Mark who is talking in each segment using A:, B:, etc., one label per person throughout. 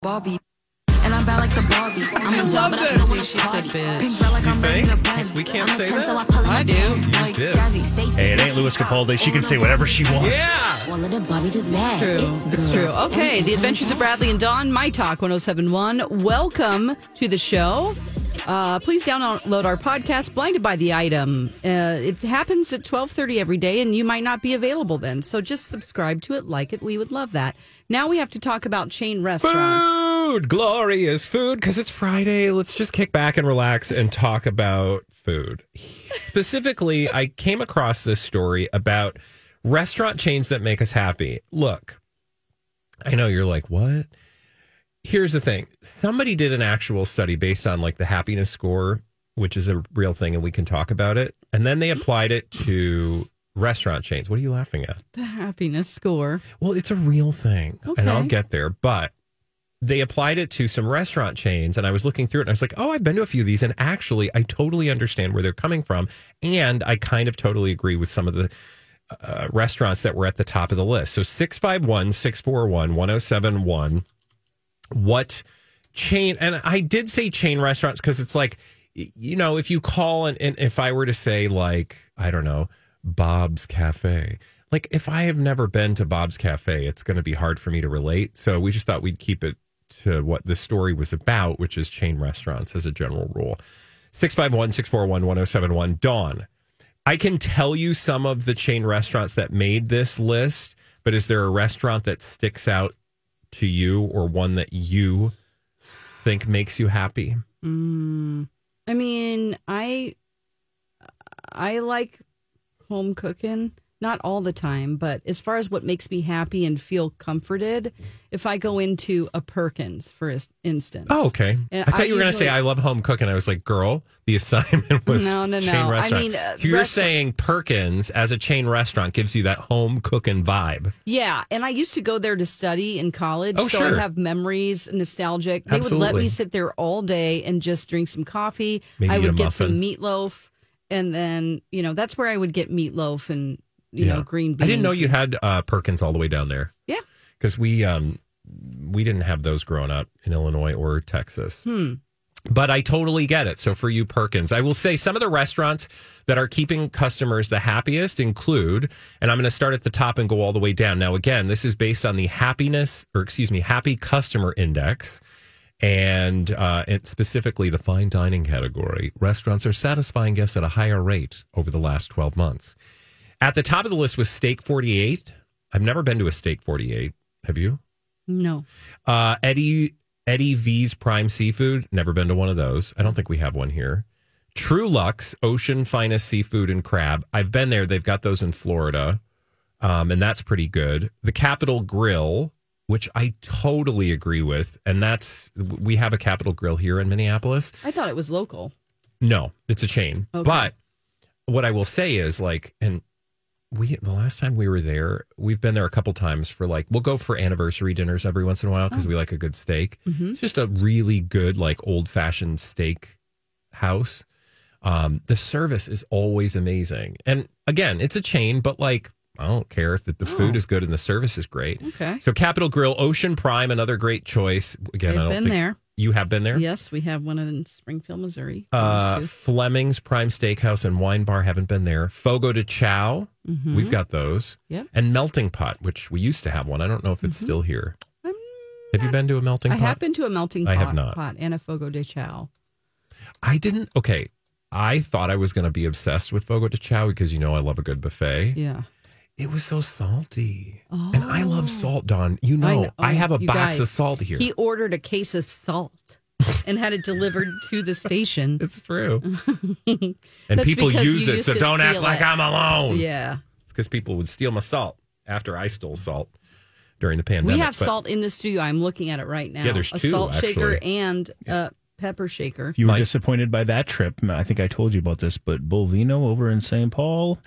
A: Barbie. And I'm bad like the Barbie. I'm a dog, but I still win shit steady. Pink belt like I'm ready to bend.
B: We can't
A: I'm
B: say
A: a 10,
B: that?
A: so I pull it
B: I
A: up.
B: do. You
A: Like
B: do.
A: Jazzy, stay
C: Hey, it ain't Louis Capaldi. She can say whatever she wants.
B: Yeah.
A: One of the Barbies is bad.
D: True.
A: It
D: It's true.
A: girls.
D: Okay, The Adventures of Bradley and Dawn, My Talk 1071. Welcome to the show. Uh, please download our podcast, Blinded by the Item. Uh, it happens at 1230 every day, and you might not be available then. So just subscribe to it, like it. We would love that. Now we have to talk about chain restaurants.
B: Food, glorious food, because it's Friday. Let's just kick back and relax and talk about food. Specifically, I came across this story about restaurant chains that make us happy. Look, I know you're like, what? Here's the thing somebody did an actual study based on like the happiness score, which is a real thing, and we can talk about it. And then they applied it to restaurant chains. What are you laughing at?
D: The happiness score.
B: Well, it's a real thing, and I'll
D: Okay.
B: get there. But they applied it to some restaurant chains, and I was looking through it, and I was like, "Oh, I've been to a few of these, and actually, I totally understand where they're coming from, and I kind of totally agree with some of the." Uh, restaurants that were at the top of the list. So 651 641 1071. What chain? And I did say chain restaurants because it's like, y- you know, if you call and, and if I were to say, like, I don't know, Bob's Cafe, like if I have never been to Bob's Cafe, it's going to be hard for me to relate. So we just thought we'd keep it to what the story was about, which is chain restaurants as a general rule. 651 641 1071. Dawn. I can tell you some of the chain restaurants that made this list, but is there a restaurant that sticks out to you or one that you think makes you happy?
D: Mm, I mean, I I like home cooking, not all the time, but as far as what makes me happy and feel comforted, if I go into a Perkins, for is- instance.
B: Oh, okay.
D: And
B: I thought
D: I
B: you were going to say
D: usually-
B: I love home cooking. I was like, girl, the assignment was
D: No, no,
B: chain
D: no. I
B: restaurant.
D: mean, uh,
B: You're
D: restaurant-
B: saying Perkins as a chain restaurant gives you that home cooking vibe.
D: Yeah, and I used to go there to study in college,
B: Oh,
D: so
B: sure.
D: I have memories, nostalgic. They would let
B: Absolutely.
D: me sit there all day and just drink some coffee.
B: Maybe
D: I
B: eat a
D: would get some
B: muffin.
D: meatloaf, and then you know that's where I would get meatloaf and you know green beans.
B: I didn't know you had uh, Perkins all the way down there.
D: Yeah.
B: because we um we didn't have those growing up in Illinois or Texas. But I totally get it. So for you, Perkins, I will say some of the restaurants that are keeping customers the happiest include, and I'm going to start at the top and go all the way down. Now, again, this is based on the happiness, or excuse me, happy customer index. And, uh, and specifically the fine dining category, restaurants are satisfying guests at a higher rate over the last 12 months. At the top of the list was Steak 48. I've never been to a Steak 48. Have you?
D: No,
B: Uh, Eddie Eddie V's Prime Seafood. Never been to one of those. I don't think we have one here. True Lux Ocean Finest Seafood and Crab. I've been there. They've got those in Florida, um, and that's pretty good. The Capitol Grill, which I totally agree with, and that's we have a Capitol Grill here in Minneapolis.
D: I thought it was local.
B: No, it's a chain.
D: Okay.
B: But what I will say is like, and we the last time we were there, we've been there a couple times for like we'll go for anniversary dinners every once in a while because
D: Oh.
B: we like a good steak.
D: Mm-hmm.
B: It's just a really good like old fashioned steak house. Um, the service is always amazing, and again, it's a chain, but like I don't care if the, the food is good and the service is great.
D: Oh. Okay.
B: So Capital Grill, Ocean Prime, another great choice. Again, I
D: I've
B: don't
D: been
B: think
D: there.
B: you have been there.
D: Yes, we have one in Springfield, Missouri.
B: Uh, Fleming's Prime Steakhouse and Wine Bar haven't been there. Fogo de Chow,
D: Mhm.
B: we've got those.
D: Yep.
B: And Melting Pot, which we used to have one. I don't know if it's still here.
D: Mm-hmm. I'm
B: Have you been to a melting
D: I
B: pot?
D: have been to a melting pot,
B: I have not.
D: pot and a Fogo de Chao.
B: I didn't. Okay. I thought I was going to be obsessed with Fogo de Chao because you know I love a good buffet.
D: Yeah.
B: It was so salty. And I love salt, Don. You know, I,
D: Oh. I know.
B: have a
D: You
B: box of
D: guys,
B: salt here.
D: He ordered a case of salt and had it delivered to the station.
B: it's true. and
D: That's
B: people
D: because
B: use
D: you
B: it,
D: used
B: so
D: to
B: don't act
D: steal
B: like
D: it.
B: I'm alone.
D: Yeah.
B: It's because people would steal my salt after I stole salt during the
D: We
B: pandemic.
D: have
B: But
D: salt in the studio. I'm looking at it right now.
B: Yeah, there's
D: a
B: two,
D: salt shaker
B: actually.
D: and a pepper shaker.
C: You were
B: Mike.
C: disappointed by that trip. I think I told you about this, but Bolvino over in St. Paul.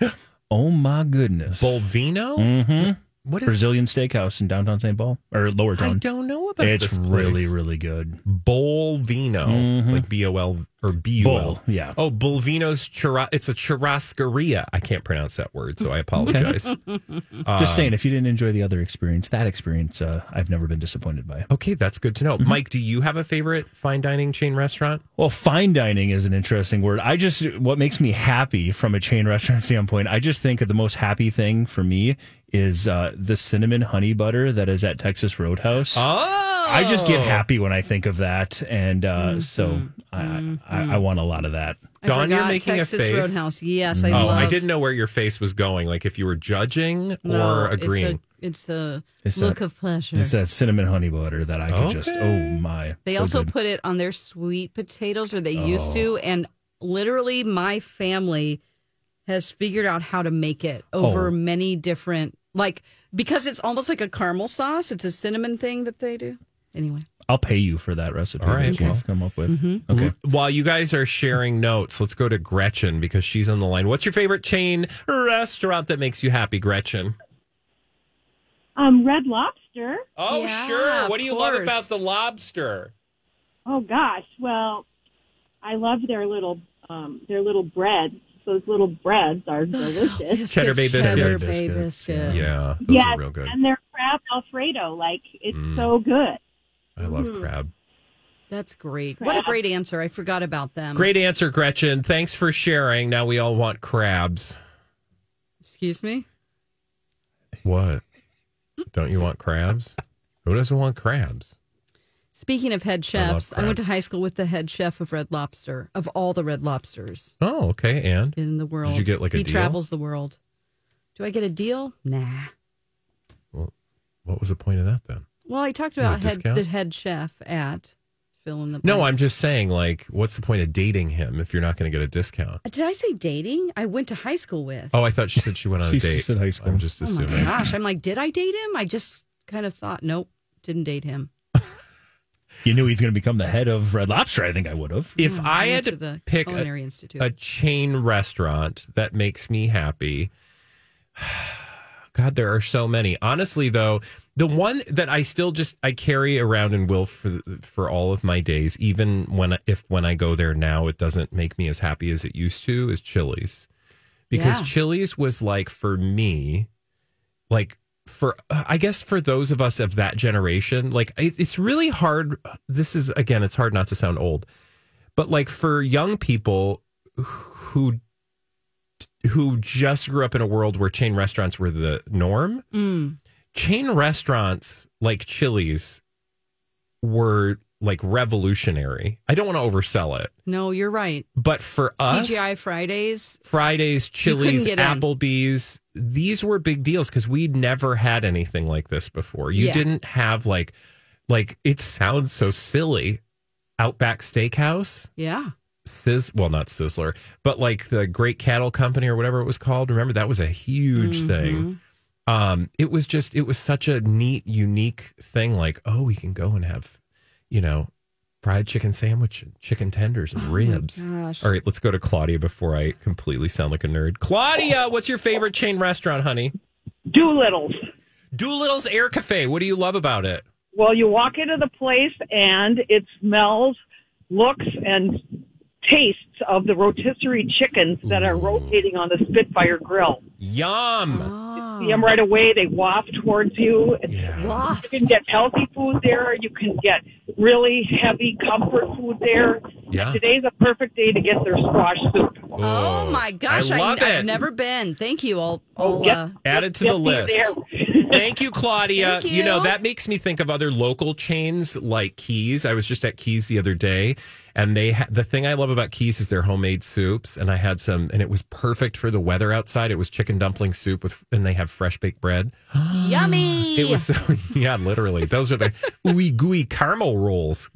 C: oh my goodness.
B: Bolvino?
C: Mhm.
B: What is
C: Brazilian steakhouse in downtown St. Paul or Lower
B: I
C: Town.
B: don't know about
C: It's
B: this place.
C: really, really good.
B: Bolvino, like B O L or B U
C: Bull,
B: L.
C: yeah.
B: Oh, Bolvino's churra. It's a churrascaria. I can't pronounce that word, so I apologize. Uh,
C: Just saying, if you didn't enjoy the other experience, that experience, uh, I've never been disappointed by.
B: okay, that's good to know.
C: Mm-hmm.
B: Mike, do you have a favorite fine dining chain restaurant?
C: Well, fine dining is an interesting word. I just, what makes me happy from a chain restaurant standpoint, I just think of the most happy thing for me is uh, the cinnamon honey butter that is at Texas Roadhouse.
B: Oh, Mm-hmm.
C: I just get happy when I think of that. And uh, so I, I, I want a lot of that.
D: I
B: Dawn, you're
D: forgot
B: making a
D: Texas
B: face.
D: Roadhouse. Yes, I
B: Oh,
D: love.
B: I didn't know where your face was going. Like if you were judging
D: No,
B: or agreeing.
D: It's a, it's
C: It's
D: a look
C: that-
D: of pleasure.
C: It's that cinnamon honey butter that I could just, oh
B: Okay.
C: my.
D: They
C: so
D: also
C: good.
D: put it on their sweet potatoes, or they used to. And literally, my family has figured out how to make it over
C: Oh.
D: many different, like, because it's almost like a caramel sauce. It's a cinnamon thing that they do. Anyway,
C: I'll pay you for that recipe
B: All right,
C: that
B: well.
C: you've come up with.
D: Mm-hmm.
C: Okay.
B: L- While you guys are sharing notes, let's go to Gretchen because she's on the line. What's your favorite chain restaurant that makes you happy, Gretchen?
E: Um, Red Lobster.
B: Oh,
D: Yeah,
B: sure.
D: of
B: What do you love
D: course.
B: about the lobster?
E: Oh gosh, well, I love their little um, their little breads. Those little breads are delicious.
B: Cheddar Bay
D: Cheddar
B: biscuits.
D: Bay
C: Biscuits, yeah.
D: biscuits.
B: Yeah, those
E: yes,
B: are real good. Mm.
E: and their crab Alfredo, like it's so good.
B: I love
D: mm-hmm.
B: crab.
D: That's great. What a great answer. I forgot about them.
B: Great answer, Gretchen. Thanks for sharing. Now we all want crabs.
D: Excuse me?
B: What? Don't you want crabs? Who doesn't want crabs?
D: Speaking of head chefs, I,
B: crab.
D: went to high school with the head chef of Red Lobster, of all the Red Lobsters
B: Oh, okay. And
D: in the world.
B: get, like, a
D: He
B: deal?
D: travels the world. Do I get a deal? Nah.
B: what was the point of that then?
D: Well, I talked
B: You want
D: about
B: a
D: head,
B: discount?
D: the head chef at fill in the
B: No,
D: blank.
B: I'm just saying, like, what's the point of dating him if you're not going to get a discount?
D: Did I say dating? I went to high school with.
B: Oh, I thought she said she went on a
C: She
B: date.
C: said high school.
B: I'm just
D: Oh my
B: assuming.
D: gosh! I'm like, did I date him? I just kind of thought, nope, didn't date him.
C: You knew he's going to become the head of Red Lobster. I think I would have.
B: if
D: Mm,
B: I
D: went
B: had to,
D: the
B: pick
D: culinary
B: a,
D: institute,
B: a chain restaurant that makes me happy, God, there are so many. Honestly, though, the one that I still just I carry around and will for for all of my days, even when if when I go there now, it doesn't make me as happy as it used to. Is Chili's because
D: Yeah.
B: Chili's was like for me, like for I guess for those of us of that generation, like it, it's really hard. This is again, it's hard not to sound old, but like for young people who who just grew up in a world where chain restaurants were the norm,
D: Mm.
B: chain restaurants like Chili's were like revolutionary. I don't want to oversell it,
D: no, you're right.
B: but for us,
D: TGI Fridays.
B: Fridays, Chili's,
D: get in.
B: Applebee's. These were big deals because we'd never had anything like this before. You
D: Yeah.
B: didn't have like, like it sounds so silly. Outback Steakhouse,
D: Yeah,
B: Sizz, well, not Sizzler, but like the Great Cattle Company or whatever it was called. Remember that was a huge thing. Um, it was just, it was such a neat, unique thing. Like, oh, we can go and have, you know, fried chicken sandwich, and chicken tenders, and ribs.
D: gosh.
B: All right, let's go to Claudia before I completely sound like a nerd. Claudia, what's your favorite chain restaurant, honey?
F: Doolittle's.
B: Doolittle's Air Cafe. What do you love about it?
F: Well, you walk into the place and it smells, looks, and tastes of the rotisserie chickens that are rotating on the Spitfire grill.
B: Yum.
F: See them right away. They waft towards you. You can get healthy food there. You can get really heavy comfort food there.
B: Yeah.
F: Today's a perfect day to get their squash soup.
D: Oh my gosh!
B: I love
D: have
B: it.
D: never been. Thank you. I'll. I'll
F: yes.
D: uh,
B: Added to the
F: Get me
B: list.
F: there.
B: Thank you, Claudia.
D: Thank
B: know,
D: you.
B: that makes me think of other local chains like Keys. I was just at Keys the other day, and they ha- the thing I love about Keys is their homemade soups. And I had some, and it was perfect for the weather outside. It was chicken dumpling soup with, and they have fresh baked bread.
D: uh, Yummy.
B: It was so, yeah, literally. Those are the ooey gooey caramel rolls.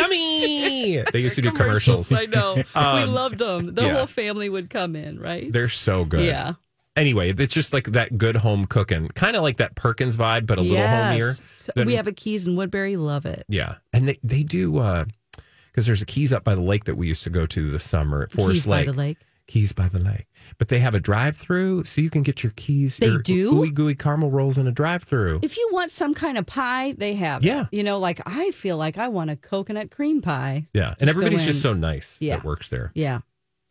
B: Yummy. They used to do commercials.
D: I know.
B: Um,
D: we loved them. The
B: yeah.
D: whole family would come in, right?
B: They're so good.
D: Yeah.
B: Anyway, it's just like that good home cooking, kind of like that Perkins vibe, but a little homier.
D: So
B: than-
D: we have a Keys in Woodbury. Love it.
B: Yeah, and they they do because there's a Keys up by the lake that we used to go to this summer at Forest
D: Keys
B: Lake.
D: by the lake.
B: Keys by the lake, but they have a drive through, so you can get your keys.
D: They
B: your
D: do?
B: ooey gooey caramel rolls in a drive through.
D: If you want some kind of pie, they have. it.
B: Yeah.
D: You know, like I feel like I want a coconut cream pie.
B: Yeah,
D: Just go
B: and everybody's
D: in.
B: just so nice
D: Yeah.
B: that works there.
D: Yeah.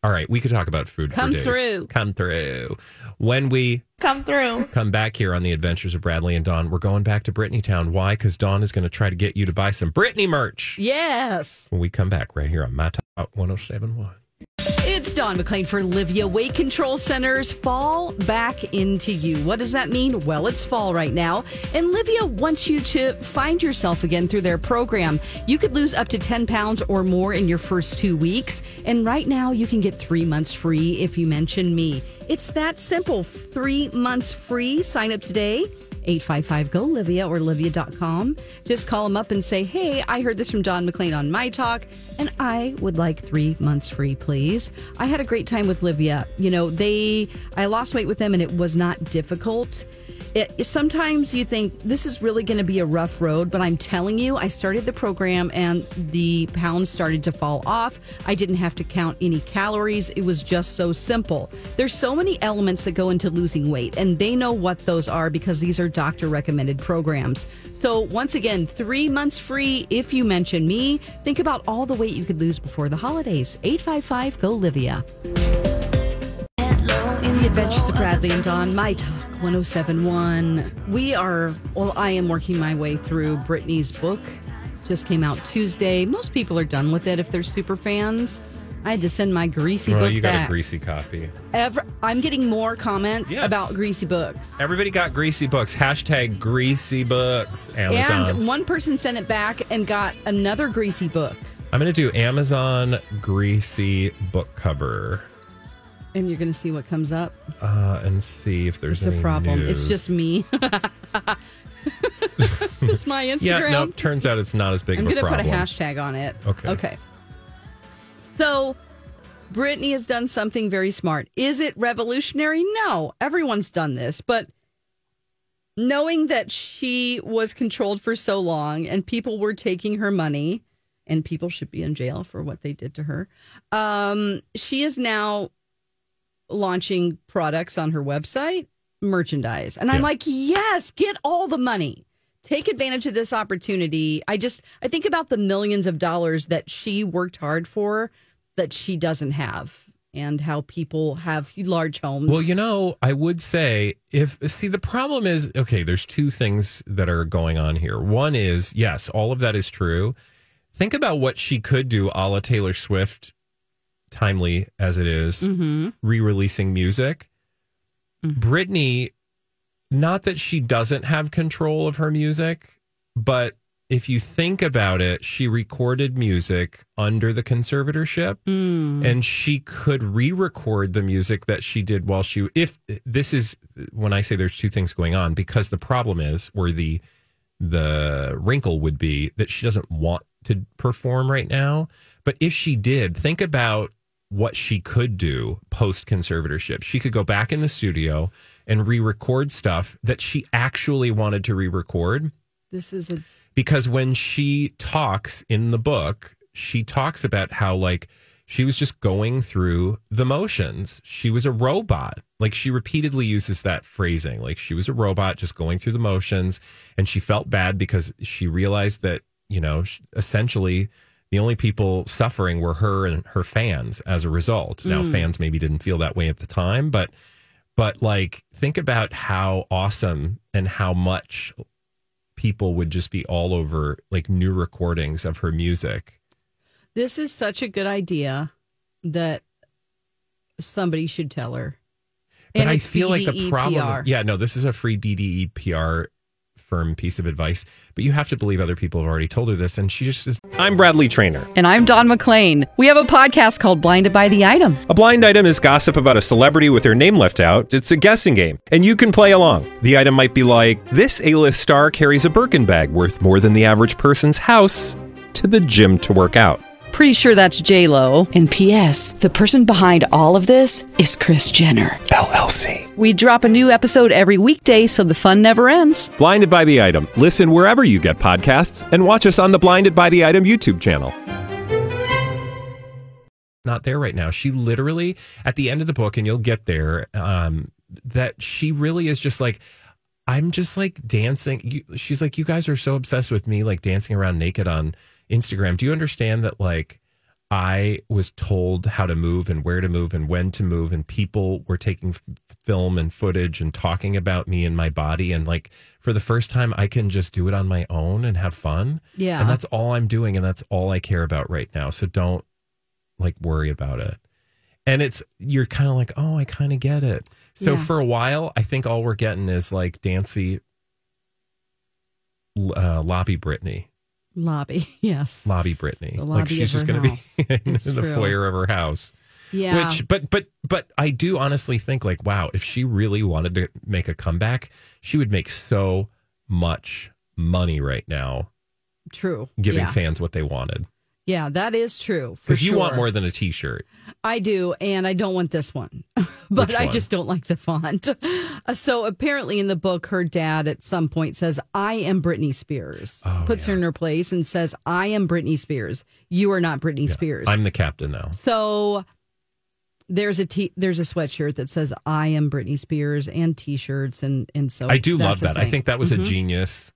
B: All right, we could talk about food.
D: Come
B: for days.
D: through.
B: come through. When we
G: Come through.
B: come back here on the Adventures of Bradley and Dawn, we're going back to Brittany Town. Why? Because Dawn is going to try to get you to buy some Brittany merch.
D: Yes.
B: When we come back, right here on My oh Top 1071.
D: It's Dawn McLean for Livia Weight Control Center's Fall Back Into You. What does that mean? Well, it's fall right now, and Livia wants you to find yourself again through their program. You could lose up to 10 pounds or more in your first two weeks, and right now you can get three months free if you mention me. It's that simple three months free. Sign up today. 855 go Livia or Livia.com. Just call them up and say, Hey, I heard this from Don McLean on My Talk, and I would like three months free, please. I had a great time with Livia. You know, they, I lost weight with them and it was not difficult. It, sometimes you think this is really going to be a rough road, but I'm telling you, I started the program and the pounds started to fall off. I didn't have to count any calories. It was just so simple. There's so many elements that go into losing weight, and they know what those are because these are doctor recommended programs. So, once again, three months free if you mention me. Think about all the weight you could lose before the holidays. 855 GO Livia. In the Adventures of Bradley and Dawn, My Talk 1071. We are, well, I am working my way through Brittany's book. Just came out Tuesday. Most people are done with it if they're super fans. I had to send my greasy
B: Well,
D: book
B: Oh, you got
D: back.
B: a greasy copy.
D: Ever- I'm getting more comments
B: Yeah.
D: about greasy books.
B: Everybody got greasy books. Hashtag greasy books. Amazon.
D: And one person sent it back and got another greasy book.
B: I'm going to do Amazon greasy book cover
D: And you're going to see what comes up.
B: uh, and see if there's
D: It's a
B: any
D: problem. It's
B: news.
D: just me. just my Instagram.
B: yeah. No, turns out it's not as big
D: I'm
B: of
D: going
B: a
D: to put
B: problem.
D: a hashtag on it.
B: Okay.
D: Okay. So, Brittany has done something very smart. Is it revolutionary? No. Everyone's done this, but knowing that she was controlled for so long and people were taking her money and people should be in jail for what they did to her, um, she is now launching products on her website, merchandise. And I'm
B: Yeah.
D: like, yes, get all the money. Take advantage of this opportunity. I just I think about the millions of dollars that she worked hard for that she doesn't have and how people have large homes.
B: Well, you know, I would say if see the problem is okay, there's two things that are going on here. One is, yes, all of that is true. Think about what she could do a la Taylor Swift, timely as it is, re-releasing music. Britney, not that she doesn't have control of her music, but if you think about it, she recorded music under the conservatorship and she could re-record the music that she did while she if this is when i say there's two things going on because the problem is or the the wrinkle would be that she doesn't want to perform right now but if she did think about what she could do post conservatorship she could go back in the studio and re-record stuff that she actually wanted to re-record
D: this is a
B: because when she talks in the book, she talks about how like she was just going through the motions. She was a robot. Like she repeatedly uses that phrasing. Like she was a robot just going through the motions and she felt bad because she realized that, you know, sh- essentially the only people suffering were her and her fans as a result. Now fans maybe didn't feel that way at the time, but but like think about how awesome and how much people would just be all over like new recordings of her music.
D: this is such a good idea that somebody should tell her
B: But
D: And
B: I
D: it's E
B: feel like the
D: BDE
B: problem.
D: PR.
B: Yeah, no, this is a free BDE PR firm piece of advice, but you have to believe other people have already told her this, and she just is. I'm Bradley Trainer.
D: And I'm Don McClain. We have a podcast called Blinded by the Item.
B: A blind item is gossip about a celebrity with their name left out. It's a guessing game, and you can play along. The item might be like this: A-list star carries a Birkin bag worth more than the average person's house to the gym to work out.
D: Pretty sure that's J Lo. And P.S. The person behind all of this is Chris Jenner.
B: LLC.
D: We drop a new episode every weekday, so the fun never ends.
B: Blinded by the item. Listen wherever you get podcasts, and watch us on the Blinded by the Item YouTube channel. Not there right now. She literally at the end of the book, and you'll get there. Um, that she really is just like. I'm just like dancing. You, she's like, you guys are so obsessed with me, like dancing around naked on Instagram. Do you understand that, like, I was told how to move and where to move and when to move, and people were taking f- film and footage and talking about me and my body. And, like, for the first time, I can just do it on my own and have fun.
D: Yeah.
B: And that's all I'm doing. And that's all I care about right now. So don't like worry about it. And it's, you're kind of like, oh, I kind of get it. So
D: Yeah.
B: for a while, I think all we're getting is like Dancy, l- uh, lobby Brittany,
D: Lobby, yes.
B: lobby Brittany.
D: The
B: like
D: lobby
B: she's
D: of
B: just
D: her
B: going to
D: house.
B: be in,
D: It's
B: the
D: true.
B: foyer of her house.
D: Yeah.
B: Which, but, but, but I do honestly think like, wow, if she really wanted to make a comeback, she would make so much money right now
D: true.
B: giving
D: yeah.
B: fans what they wanted.
D: yeah, that is true. for
B: Because you want
D: sure.
B: more than a t shirt.
D: I do, and I don't want this one, but
B: Which
D: I
B: one?
D: just don't like the font. Uh, So apparently, in the book, her dad at some point says, "I am Britney Spears,"
B: Oh,
D: puts her in her place, and says, "I am Britney Spears. You are not Britney Spears."
B: I'm the captain now.
D: so there's a t- there's a sweatshirt that says "I am Britney Spears" and T-shirts, and and so
B: I do love
D: Oh, that's a
B: that. I
D: thing. Mm-hmm.
B: think that was a genius,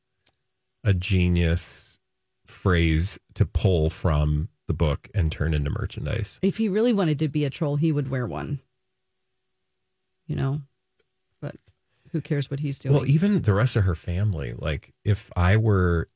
B: a genius phrase to pull from the book and turn into merchandise.
D: if he really wanted to be a troll, he would wear one. You know, but who cares what he's doing?
B: Well, even the rest of her family. Like, if I were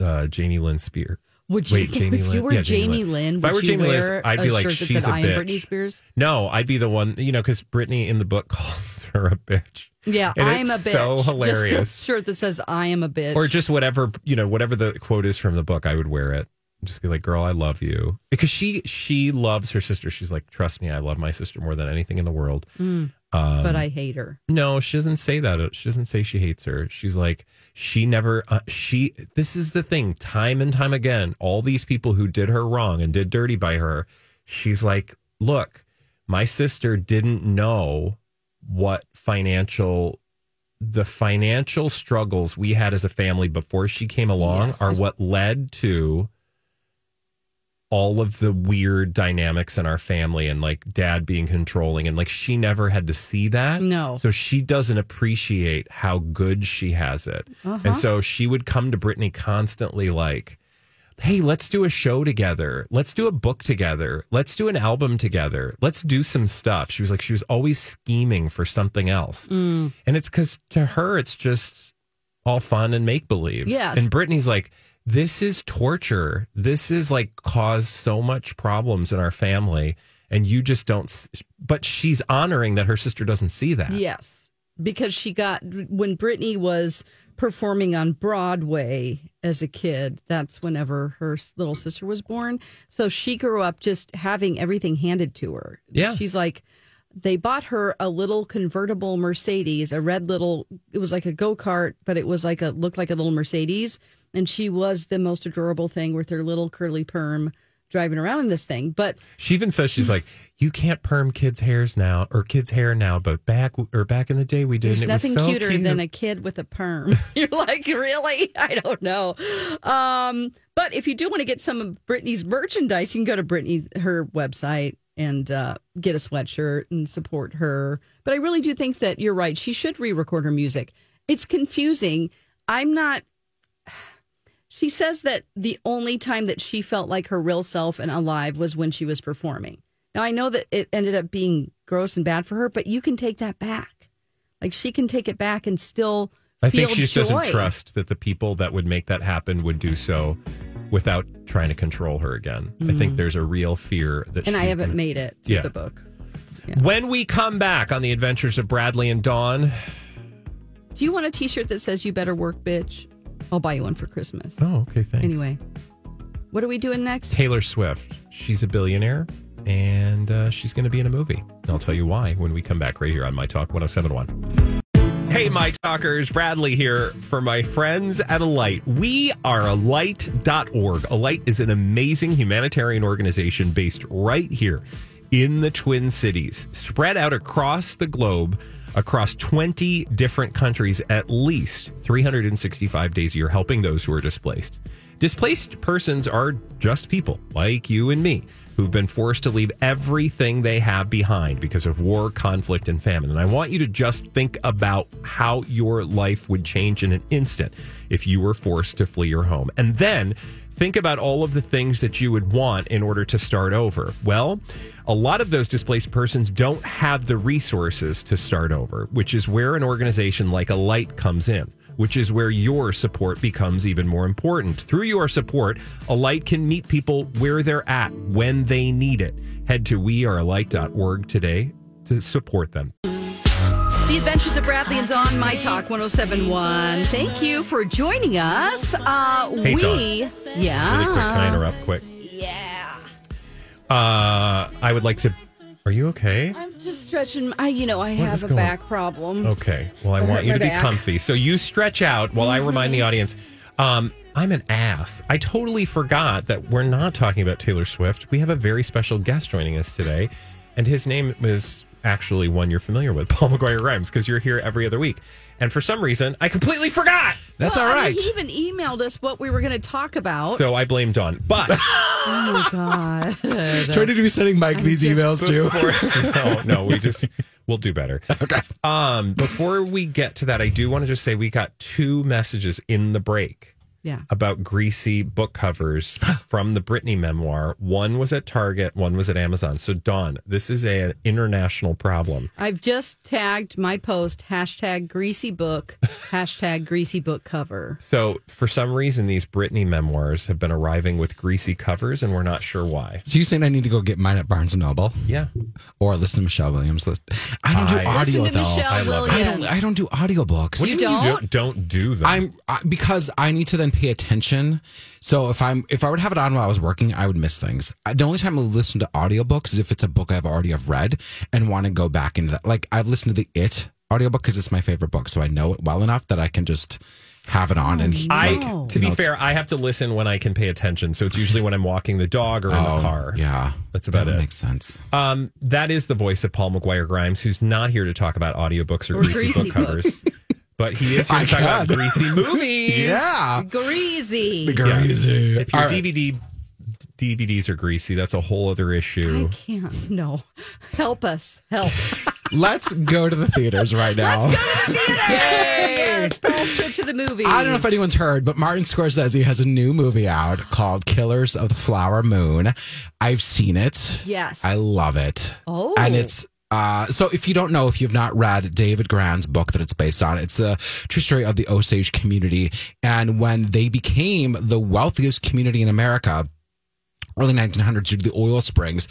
B: uh, Jamie Lynn Spear,
D: Would you,
B: Wait, Jamie
D: if
B: Lynn-
D: you were
B: yeah, Jamie
D: Jamie,
B: Lynn.
D: Lynn,
B: If
D: would
B: I were
D: you
B: Jamie Lynn,
D: wear
B: I'd
D: a
B: be like,
D: shirt that
B: "She's
D: said,
B: a
D: I am Britney
B: bitch."
D: Spears?
B: no, I'd be the one. You know, because Brittany in the book calls her a bitch,
D: Yeah,
B: And
D: I'm
B: it's
D: a bitch.
B: so
D: Just a
B: hilarious.
D: shirt that says, I am a bitch.
B: or just whatever you know, whatever the quote is from the book. I would wear it. Just be like, girl, I love you, because she she loves her sister. She's like, trust me, I love my sister more than anything in the world.
D: Mm,
B: Um,
D: but I hate her.
B: No, she doesn't say that. She doesn't say she hates her. She's like, she never, uh, she, this is the thing, time and time again, all these people who did her wrong and did dirty by her, she's like, look, my sister didn't know what financial, the financial struggles we had as a family before she came along
D: Yes.
B: are what led to all of the weird dynamics in our family and like dad being controlling and like she never had to see that.
D: No.
B: So she doesn't appreciate how good she has it.
D: Uh-huh.
B: And so she would come to Brittany constantly like, hey, let's do a show together. Let's do a book together. Let's do an album together. Let's do some stuff. She was like, she was always scheming for something else.
D: Mm.
B: And it's because to her, it's just all fun and make believe.
D: Yes.
B: And Brittany's like, this is torture. This is like caused so much problems in our family. And you just don't, s- but she's honoring that her sister doesn't see that.
D: Yes, because she got, when Britney was performing on Broadway as a kid, that's whenever her s- little sister was born. So she grew up just having everything handed to her.
B: Yeah.
D: She's like, they bought her a little convertible Mercedes, a red little. It was like a go kart, but it was like a looked like a little Mercedes, and she was the most adorable thing with her little curly perm driving around in this thing. But
B: She even says she's like, you can't perm kids' hairs now or kids' hair now, but back or back in the day we did.
D: There's
B: and it
D: nothing
B: was so
D: cuter
B: cute.
D: than a kid with a perm. You're like, really? I don't know. Um, but if you do want to get some of Brittany's merchandise, you can go to Brittany her website and uh, get a sweatshirt and support her. But I really do think that you're right. She should re-record her music. It's confusing. I'm not. She says that the only time that she felt like her real self and alive was when she was performing. Now I know that it ended up being gross and bad for her, but you can take that back. Like she can take it back and still.
B: I think
D: feel
B: she just
D: joy.
B: doesn't trust that the people that would make that happen would do so without trying to control her again. I think there's a real fear that
D: Mm. And
B: she's
D: I haven't
B: gonna-
D: made it through
B: Yeah.
D: the book.
B: When we come back on the adventures of Bradley and Dawn.
D: Do you want a T-shirt that says "You better work, bitch"? I'll buy you one for Christmas.
B: Oh, okay, thanks.
D: Anyway, what are we doing next?
B: Taylor Swift. She's a billionaire and uh, she's going to be in a movie. And I'll tell you why when we come back right here on My Talk 1071. Hey, My Talkers, Bradley here for my friends at Alight. We are alight.org. Alight is an amazing humanitarian organization based right here in the Twin Cities, spread out across the globe, across 20 different countries, at least 365 days a year, helping those who are displaced. Displaced persons are just people like you and me who've been forced to leave everything they have behind because of war, conflict, and famine. And I want you to just think about how your life would change in an instant if you were forced to flee your home. And then think about all of the things that you would want in order to start over. Well, a lot of those displaced persons don't have the resources to start over, which is where an organization like a light comes in which is where your support becomes even more important. Through your support, Alight can meet people where they're at when they need it. Head to wearealight.org today to support them.
D: The Adventures of Bradley and Dawn, My Talk 1071. Thank you for joining us. Uh,
B: Hey,
D: we,
B: Dawn.
D: yeah.
B: Really quick, can I interrupt quick?
D: Yeah.
B: Uh, I would like to. Are you okay?
D: I'm just stretching. I, you know, I
B: is
D: have a
B: going-
D: back problem.
B: Okay. Well, I
D: I
B: want
D: hurt
B: you to
D: my
B: be
D: back. Mm-hmm.
B: comfy. So you stretch out while I remind the audience. Um, I'm an ass. I totally forgot that we're not talking about Taylor Swift. We have a very special guest joining us today, and his name is actually one you're familiar with, Paul McGuire Rhymes, because you're here every other week. And for some reason, I completely forgot.
H: That's
D: Well,
H: all
D: I
H: right.
D: mean, he even emailed us what we were going to talk about.
B: So I blame Dawn. But
D: oh, God.
G: Try to be sending Mike these emails too.
B: no, no, we just we'll do better. Okay. Um, before we get to that, I do want to just say we got two messages in the break.
D: yeah.
B: about greasy book covers from the Britney memoir. One was at Target, one was at Amazon. So, Dawn, this is a, an international problem.
D: I've just tagged my post hashtag greasy book, hashtag greasy book cover.
B: So, for some reason, these Britney memoirs have been arriving with greasy covers, and we're not sure why.
G: So you saying I need to go get mine at Barnes and Noble
B: Yeah.
G: or listen to Michelle Williams? List. I don't do
B: I-
G: audio
D: Listen to
G: though.
D: Michelle
G: I,
D: love it.
G: don't. I don't do audiobooks.
D: You don't?
B: do? Don't do them.
G: I'm I, because I need to then pay attention. So if I'm if I would have it on while I was working, I would miss things. I, the only time I listen to audiobooks is if it's a book I've already have read and want to go back into that. Like I've listened to the It audiobook because it's my favorite book, so I know it well enough that I can just have it on and
B: I,
G: like,
B: to
G: you
B: be
G: know, it's-
B: fair, I have to listen when I can pay attention. So it's usually when I'm walking the dog or in the car.
G: Oh, Yeah,
B: That's about
G: that
B: it.
G: Makes sense.
B: Um, that is the voice of Paul McGuire Grimes, who's not here to talk about audiobooks or,
D: Or
B: greasy,
D: greasy
B: book covers, but he is here
G: I
B: to talk about
G: can.
B: greasy movies.
G: Yeah,
D: Greasy.
G: greasy.
B: If your
G: All right.
B: DVD DVDs are greasy, that's a whole other
D: I
B: issue.
D: can't. No. Help us. Help.
G: Let's go to the theaters right now.
D: yes. Paul's trip to the movies.
G: I don't know if anyone's heard, but Martin Scorsese has a new movie out called Killers of the Flower Moon. I've seen it.
D: Yes.
G: I love it.
D: Oh.
G: And it's uh, so if you don't know, if you've not read David Grant's book that it's based on, it's the true story of the Osage community. And when they became the wealthiest community in America, early 1900s, due to the oil springs,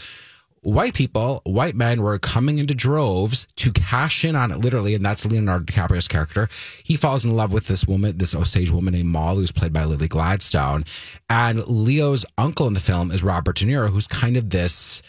G: white people, white men were coming into droves to cash in on it literally, and that's Leonardo DiCaprio's character. He falls in love with this woman, this Osage woman named Moll, who's played by Lily Gladstone. And Leo's uncle in the film is Robert De Niro, who's kind of this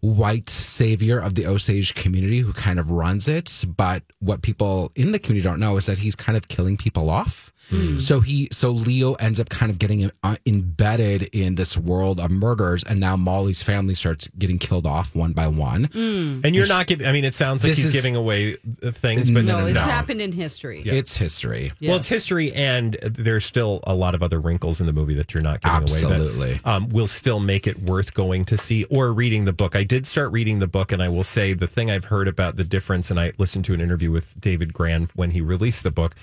G: white savior of the Osage community who kind of runs it. But what people in the community don't know is that he's kind of killing people off. So he, so Leo ends up kind of getting uh, embedded in this world of murders, and now Molly's family starts getting killed off one by one.
B: And you're not giving. I mean, it sounds like
G: This
B: he's
G: is-
B: giving away uh, things, but
D: No,
B: no,
D: it's happened in history.
G: It's history.
B: Well, it's history, and there's still a lot of other wrinkles in the movie that you're not giving away.
G: Absolutely.
B: That um, will still make it worth going to see or reading the book. I did start reading the book, and I will say the thing I've heard about the difference, and I listened to an interview with David Grand when he released the book.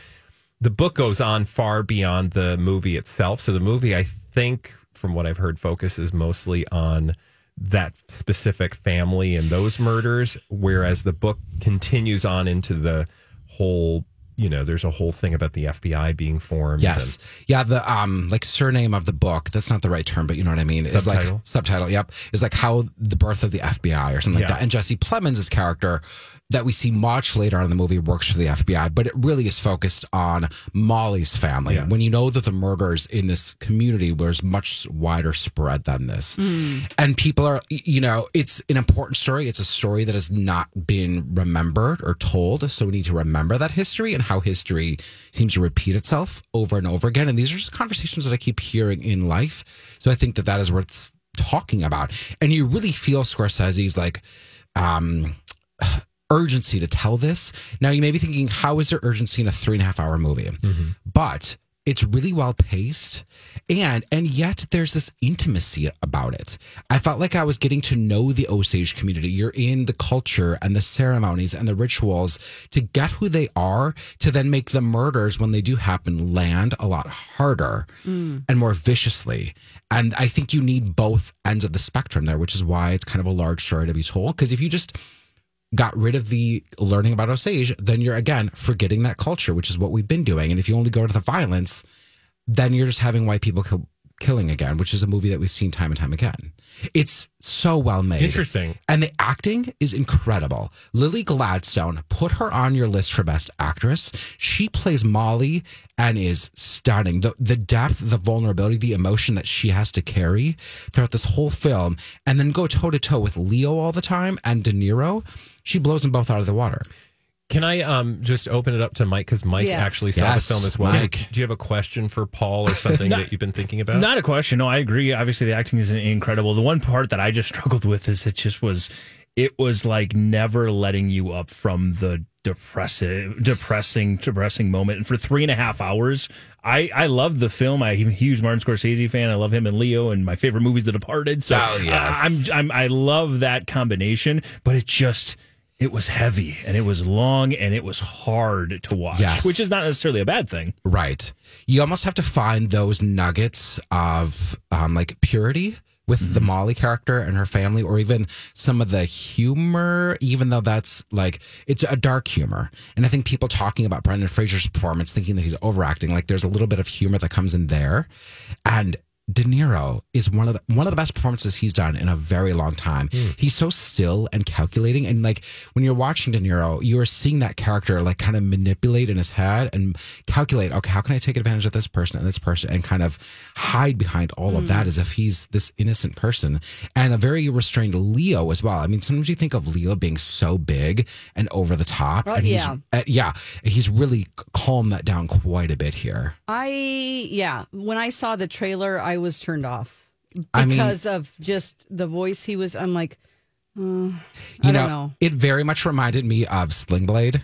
B: The book goes on far beyond the movie itself. So the movie, I think, from what I've heard, focuses mostly on that specific family and those murders, whereas the book continues on into the whole you know, there's a whole thing about the FBI being formed.
G: Yes. Yeah, the um like surname of the book, that's not the right term, but you know what I mean. Is like
B: Subtitle?
G: subtitle, yep. Is like how the birth of the FBI or something like
B: Yeah.
G: that. And Jesse Plemons' character that we see much later on in the movie works for the FBI, but it really is focused on Molly's family.
B: Yeah.
G: When you know that the murders in this community was much wider spread than this. And people are y- you know, it's an important story. It's a story that has not been remembered or told. So we need to remember that history and how history seems to repeat itself over and over again. And these are just conversations that I keep hearing in life. So I think that that is worth talking about. And you really feel Scorsese's like um, urgency to tell this. Now you may be thinking, how is there urgency in a three and a half hour movie? But it's really well paced, and and yet there's this intimacy about it. I felt like I was getting to know the Osage community. You're in the culture and the ceremonies and the rituals to get who they are, to then make the murders when they do happen land a lot harder and more viciously. And I think you need both ends of the spectrum there, which is why it's kind of a large story to be told. Because if you just got rid of the learning about Osage, then you're again forgetting that culture, which is what we've been doing. And if you only go to the violence, then you're just having white people kill, killing again, which is a movie that we've seen time and time again. It's so well made.
B: And interesting.
G: And the acting is incredible. Lily Gladstone, put her on your list for best actress. She plays Molly and is stunning. The, the depth, the vulnerability, the emotion that she has to carry throughout this whole film, and then go toe to toe with Leo all the time and De Niro. She blows them both out of the water.
B: Can I um, just open it up to Mike because Mike
D: Yes.
B: actually saw
G: Yes,
B: the film as well?
G: Mike.
B: Do you have a question for Paul or something that you've been thinking about?
C: Not a question. No, I agree. Obviously, the acting is incredible. The one part that I just struggled with is it just was, it was like never letting you up from the depressive, depressing, depressing moment. And for three and a half hours, I I love the film. I'm a huge Martin Scorsese fan. I love him and Leo, and my favorite movie is The Departed. So
G: Oh, yes.
C: I, am I'm I love that combination. But it just. It was heavy and it was long and it was hard to watch,
G: Yes.
C: which is not necessarily a bad thing.
G: Right. You almost have to find those nuggets of um, like purity with the Molly character and her family, or even some of the humor, even though that's like it's a dark humor. And I think people talking about Brendan Fraser's performance, thinking that he's overacting, like there's a little bit of humor that comes in there. And De Niro is one of the, one of the best performances he's done in a very long time. He's so still and calculating, and like when you're watching De Niro, you are seeing that character like kind of manipulate in his head and calculate. Okay, how can I take advantage of this person and this person, and kind of hide behind all of that as if he's this innocent person, and a very restrained Leo as well. I mean, sometimes you think of Leo being so big and over the top,
D: Oh,
G: and he's
D: yeah.
G: uh, yeah, he's really calmed that down quite a bit here.
D: I yeah, when I saw the trailer, I was turned off
G: I mean-
D: because of just the voice he was. I'm like,
G: you
D: I don't
G: know,
D: know.
G: it very much reminded me of Slingblade,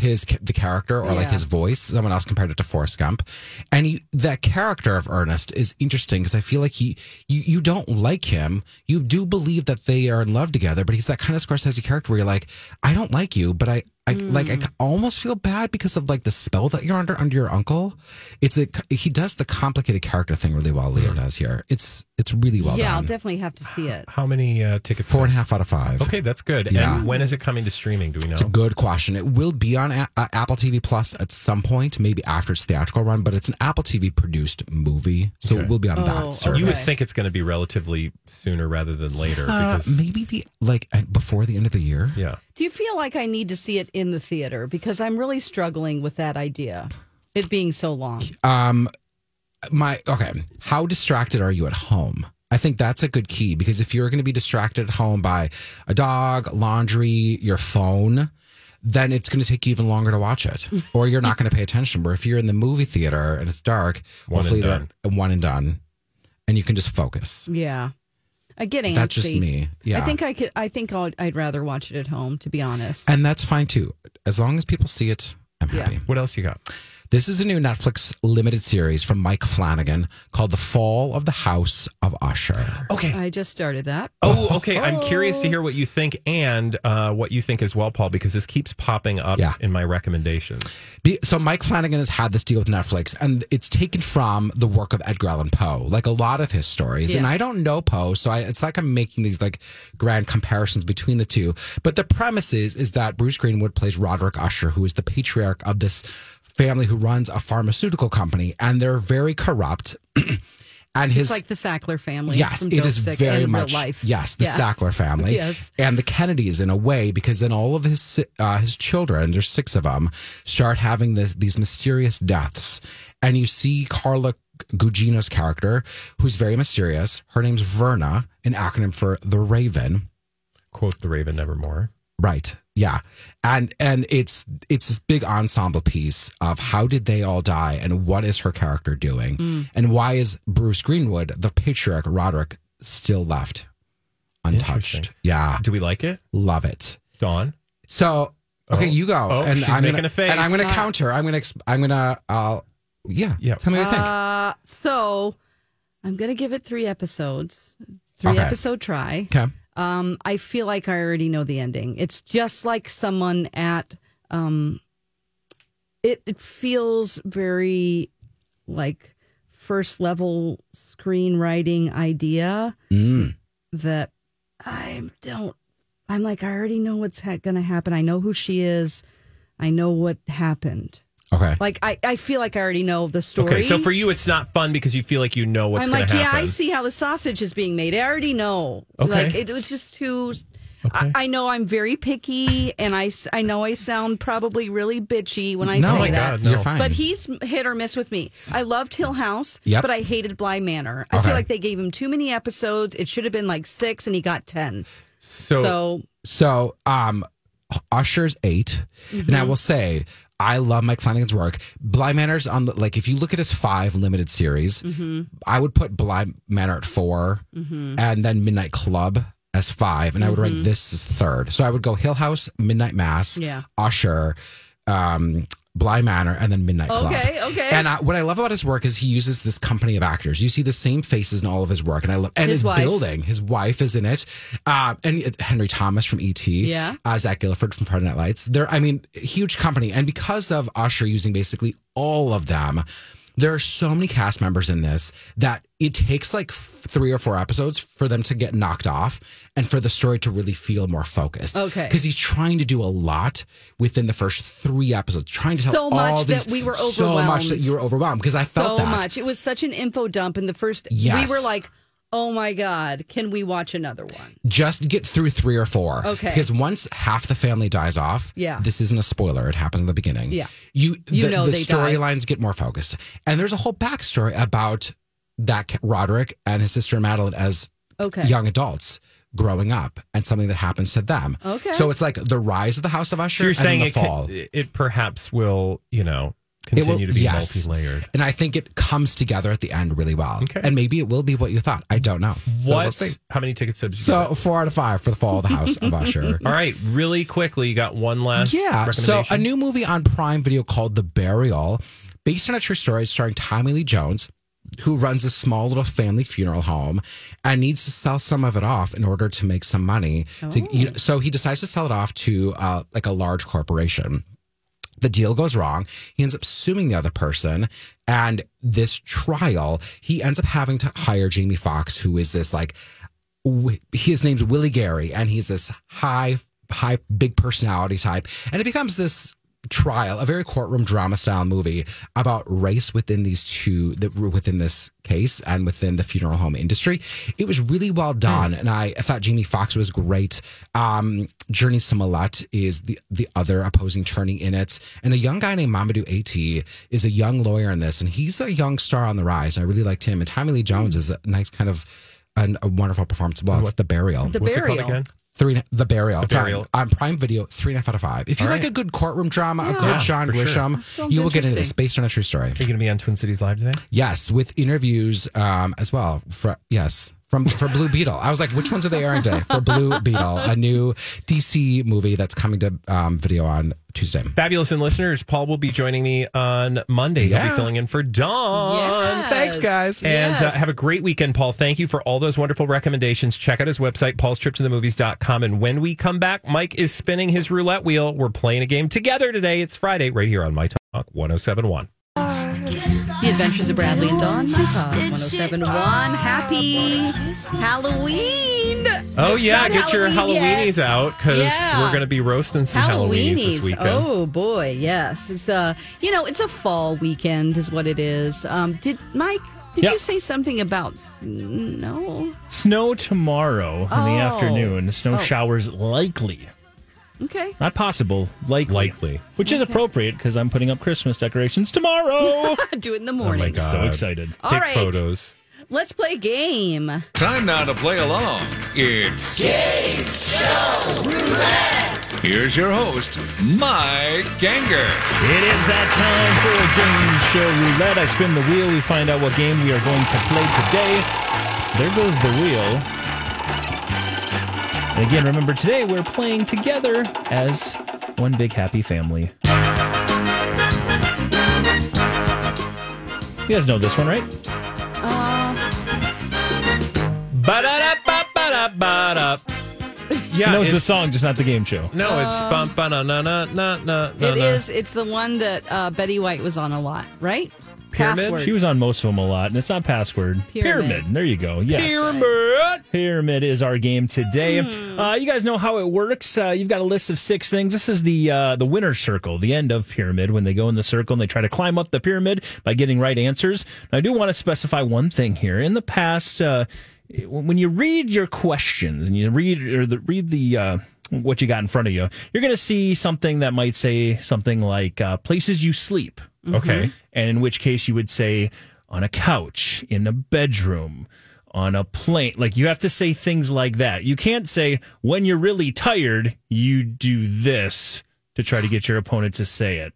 G: his the character or like
D: Yeah.
G: his voice. Someone else compared it to Forrest Gump, and he, that character of Ernest is interesting because I feel like he you you don't like him, you do believe that they are in love together, but he's that kind of Scorsese character where you're like, I don't like you, but I. I,
D: Mm.
G: like I almost feel bad because of like the spell that you're under under your uncle. It's a he does the complicated character thing really well. Leo does here. It's it's really well
D: Mm. yeah, I'll
G: done.
D: definitely have to see it.
B: How many uh, tickets?
G: Four and a half out of five.
B: Okay, that's good.
G: Yeah.
B: And when is it coming to streaming? Do we know?
G: It's a good question. It will be on a- uh, Apple TV Plus at some point, maybe after its theatrical run, but it's an Apple TV produced movie, so
B: Okay.
G: it will be on
D: Oh,
G: that service.
B: You would
D: Okay.
B: think it's going to be relatively sooner rather than later
G: Uh,
B: because
G: maybe the like uh, before the end of the year.
B: yeah.
D: Do you feel like I need to see it in the theater because I'm really struggling with that idea, it being so long.
G: Um, my okay. How distracted are you at home? I think that's a good key because if you're going to be distracted at home by a dog, laundry, your phone, then it's going to take you even longer to watch it,
D: Mm.
G: or you're not going to pay attention. Where if you're in the movie theater and it's dark,
B: One and
G: hopefully they're-
B: done.
G: one and done, and you can just focus.
D: Yeah, I get antsy.
G: That's just me. Yeah.
D: I think I could. I think I'll, I'd rather watch it at home, to be honest.
G: and that's fine too. As long as people see it, I'm
D: Yeah.
G: happy.
B: What else you got?
G: This is a new Netflix limited series from Mike Flanagan called The Fall of the House of Usher.
B: Okay.
D: I just started that.
B: Oh, okay. I'm curious to hear what you think and uh, what you think as well, Paul, because this keeps popping up
G: Yeah.
B: in my recommendations.
G: Be- So Mike Flanagan has had this deal with Netflix, and it's taken from the work of Edgar Allan Poe, like a lot of his stories. And
D: Yeah.
G: I don't know Poe, so I, it's like I'm making these like grand comparisons between the two. But the premise is is that Bruce Greenwood plays Roderick Usher, who is the patriarch of this family who runs a pharmaceutical company, and they're very corrupt. and
D: It's
G: his
D: like the Sackler family.
G: Yes,
D: from
G: it
D: Dope
G: is
D: Sick
G: very
D: in
G: much
D: real life.
G: yes, the
D: Yeah.
G: Sackler family,
D: Yes.
G: and the Kennedys in a way because then all of his uh, his children, there's six of them, start having this, these mysterious deaths, and you see Carla Gugino's character, who's very mysterious. Her name's Verna, an acronym for the Raven.
B: Quote the Raven Nevermore.
G: Right. Yeah. And and it's it's this big ensemble piece of how did they all die and what is her character doing
D: Mm.
G: and why is Bruce Greenwood, the patriarch Roderick, still left untouched.
B: Interesting.
G: Yeah.
B: Do we like it?
G: Love it.
B: Dawn?
G: So okay,
B: Oh.
G: you go.
B: Oh, she's
G: I'm
B: making
G: gonna,
B: a face.
G: And I'm gonna
D: Ah.
G: counter. I'm gonna exp- I'm gonna uh yeah.
B: Yeah.
G: Tell me what you think.
D: Uh, so I'm going to give it three episodes, three
G: Okay.
D: episode try.
G: Okay.
D: Um, I feel like I already know the ending. It's just like someone at um, it, it feels very like first level screenwriting idea
G: Mm.
D: that I don't. I'm like I already know what's ha- going to happen. I know who she is. I know what happened.
G: Okay.
D: Like I, I feel like I already know the story.
B: Okay. So for you, it's not fun because you feel like you know what's
D: I'm
B: going
D: like,
B: to happen.
D: yeah, I see how the sausage is being made. I already know.
B: Okay.
D: Like it was just too. I, I know I'm very picky, and I, s- I know I sound probably really bitchy when I
G: No.
D: say
B: Oh my
D: that.
B: God, no.
G: You're fine.
D: But he's hit or miss with me. I loved Hill House,
G: Yep.
D: but I hated Bly Manor. I
G: Okay.
D: feel like they gave him too many episodes. It should have been like six, and he got ten. So,
G: So, um, Usher's 8 and I
D: Mm-hmm.
G: will say I love Mike Flanagan's work. Bly Manor's on the, like if you look at his five limited series,
D: Mm-hmm.
G: I would put Bly Manor at 4 and then Midnight Club as five, and I would rank this as third. So I would go Hill House, Midnight Mass,
D: Mm-hmm. Yeah.
G: Usher, um, Bly Manor, and then Midnight Club.
D: Okay, okay.
G: And I, what I love about his work is he uses this company of actors. You see the same faces in all of his work, and I love and
D: His
G: his,
D: wife.
G: building. His wife is in it, uh, and it- Henry Thomas from ET.
D: Yeah.
G: uh, Zach Gilford from Friday Night Lights. They're, I mean, huge company, and because of Usher using basically all of them. There are so many cast members in this that it takes like f- three or four episodes for them to get knocked off and for the story to really feel more focused.
D: Okay.
G: Because he's trying to do a lot within the first three episodes, trying to tell
D: So
G: all
D: much that
G: these,
D: we were
G: So much that
D: overwhelmed.
G: you were overwhelmed because I felt
D: so
G: that.
D: much. It was such an info dump in the first.
G: Yes.
D: We were like, oh my god, can we watch another one?
G: Just get through three or four.
D: Okay.
G: Because once half the family dies off,
D: Yeah.
G: this isn't a spoiler. It happens in the beginning.
D: Yeah.
G: You,
D: You
G: the,
D: know
G: the
D: they die.
G: storylines get more focused. And there's a whole backstory about that ca- Roderick and his sister Madeline as
D: Okay.
G: young adults growing up and something that happens to them.
D: Okay.
G: So it's like the rise of the House of Usher
B: You're
G: and then
B: saying
G: the
B: it,
G: fall.
B: could- it perhaps will, you know,
G: will-
B: continue to be
G: yes.
B: multi-layered.
G: and I think it comes together at the end really well.
B: Okay.
G: And maybe it will be what you thought. I don't know. So we'll
B: What?
G: see.
B: How many ticket subs? You got?
G: So four out of five for the fall of the House of Usher.
B: All right, really quickly, you got one last.
G: Yeah. So
B: recommendation?
G: a new movie on Prime Video called The Burial, based on a true story, it's starring Tommy Lee Jones, who runs a small little family funeral home and needs to sell some of it off in order to make some money. To, you know,
B: Oh.
G: so he decides to sell it off to uh, like a large corporation. The deal goes wrong. He ends up suing the other person. And this trial, he ends up having to hire Jamie Foxx, who is this like w- his name's Willie Gary, and he's this high, high, big personality type. And it becomes this trial, a very courtroom drama style movie about race within these two, that were within this case and within the funeral home industry. It was really well done. And I, I thought Jamie Foxx was great. Um, Journey Smollett is the, the other opposing attorney in it. And a young guy named Mamadou A.T. is a young lawyer in this. And he's a young star on the rise. And I really liked him. And Tommy Lee Jones is a nice kind of an, a wonderful performance. Well, it's the burial.
D: The
B: What's
D: burial.
B: it called again?
G: three, the burial.
B: The
G: It's on-
B: Burial.
G: On, Prime Video, three and a half out of five. If you
B: All
G: like
B: right.
G: a good courtroom drama, a good
D: Yeah,
G: John
B: for sure.
G: Grisham,
D: sounds
G: you will get it. It's
D: interesting.
G: based on a true story.
B: Are you going to be on Twin Cities Live today?
G: Yes, with interviews um, as well. Fr yes, From for Blue Beetle, I was like, "Which ones are they airing today?" For Blue Beetle, a new DC movie that's coming to um, video on Tuesday.
B: Fabulous and listeners, Paul will be joining me on Monday. He'll
G: Yeah.
B: be filling in for Dawn.
D: Yes.
G: Thanks, guys.
B: And uh,
D: Yes.
B: have a great weekend, Paul. Thank you for all those wonderful recommendations. Check out his website, paulstriptothemovies.com. And when we come back, Mike is spinning his roulette wheel. We're playing a game together today. It's Friday right here on My Talk 1071.
D: The Adventures of Bradley and Dawn, My Talk 1071. Happy Halloween!
B: Oh,
D: It's
B: yeah.
D: not
B: Get your
D: Halloween yet.
B: Halloweenies out because
D: Yeah.
B: we're going to be roasting some Halloweenies this weekend.
D: Oh boy, yes. It's uh you know, it's a fall weekend is what it is. Um did Mike did
C: Yeah.
D: you say something about no?
C: Snow tomorrow in
D: Oh.
C: the afternoon. Snow
D: Oh.
C: showers likely.
D: Okay.
C: Not possible. Likely.
B: Likely.
C: Which is appropriate because I'm putting up Christmas decorations tomorrow.
D: Do it in the morning.
B: Oh, God.
C: so excited.
D: All
B: Take
D: right.
B: photos.
D: Let's play a game.
I: Time now to play along. It's Game Show Roulette. Here's your host, Mike Ganger.
C: It is that time for a game show roulette. I spin the wheel. We find out what game we are going to play today. There goes the wheel. And again, remember today we're playing together as one big happy family. You guys know this one, right?
B: Ba-da-da-ba-ba-da-ba-da. Yeah,
C: He knows the
B: it's-
C: song, Um, just not the game show.
B: No, it's bum ba na na na na na.
D: It is. it's the one that uh, Betty White was on a lot, right?
B: Pyramid?
D: Password.
C: She was on most of them a lot, and it's not password.
D: Pyramid.
C: There you go. Yes. Pyramid is our game today. Uh, you guys know how it works. Uh, you've got a list of six things. This is the uh, the winner circle, the end of pyramid, when they go in the circle and they try to climb up the pyramid by getting right answers. And I do want to specify one thing here. In the past, uh, it- when you read your questions and you read or the, read the uh, what you got in front of you, you're going to see something that might say something like uh, places you sleep
B: Okay.
C: and in which case you would say on a couch, in a bedroom, on a plane. Like you have to say things like that. You can't say when you're really tired, you do this to try to get your opponent to say it.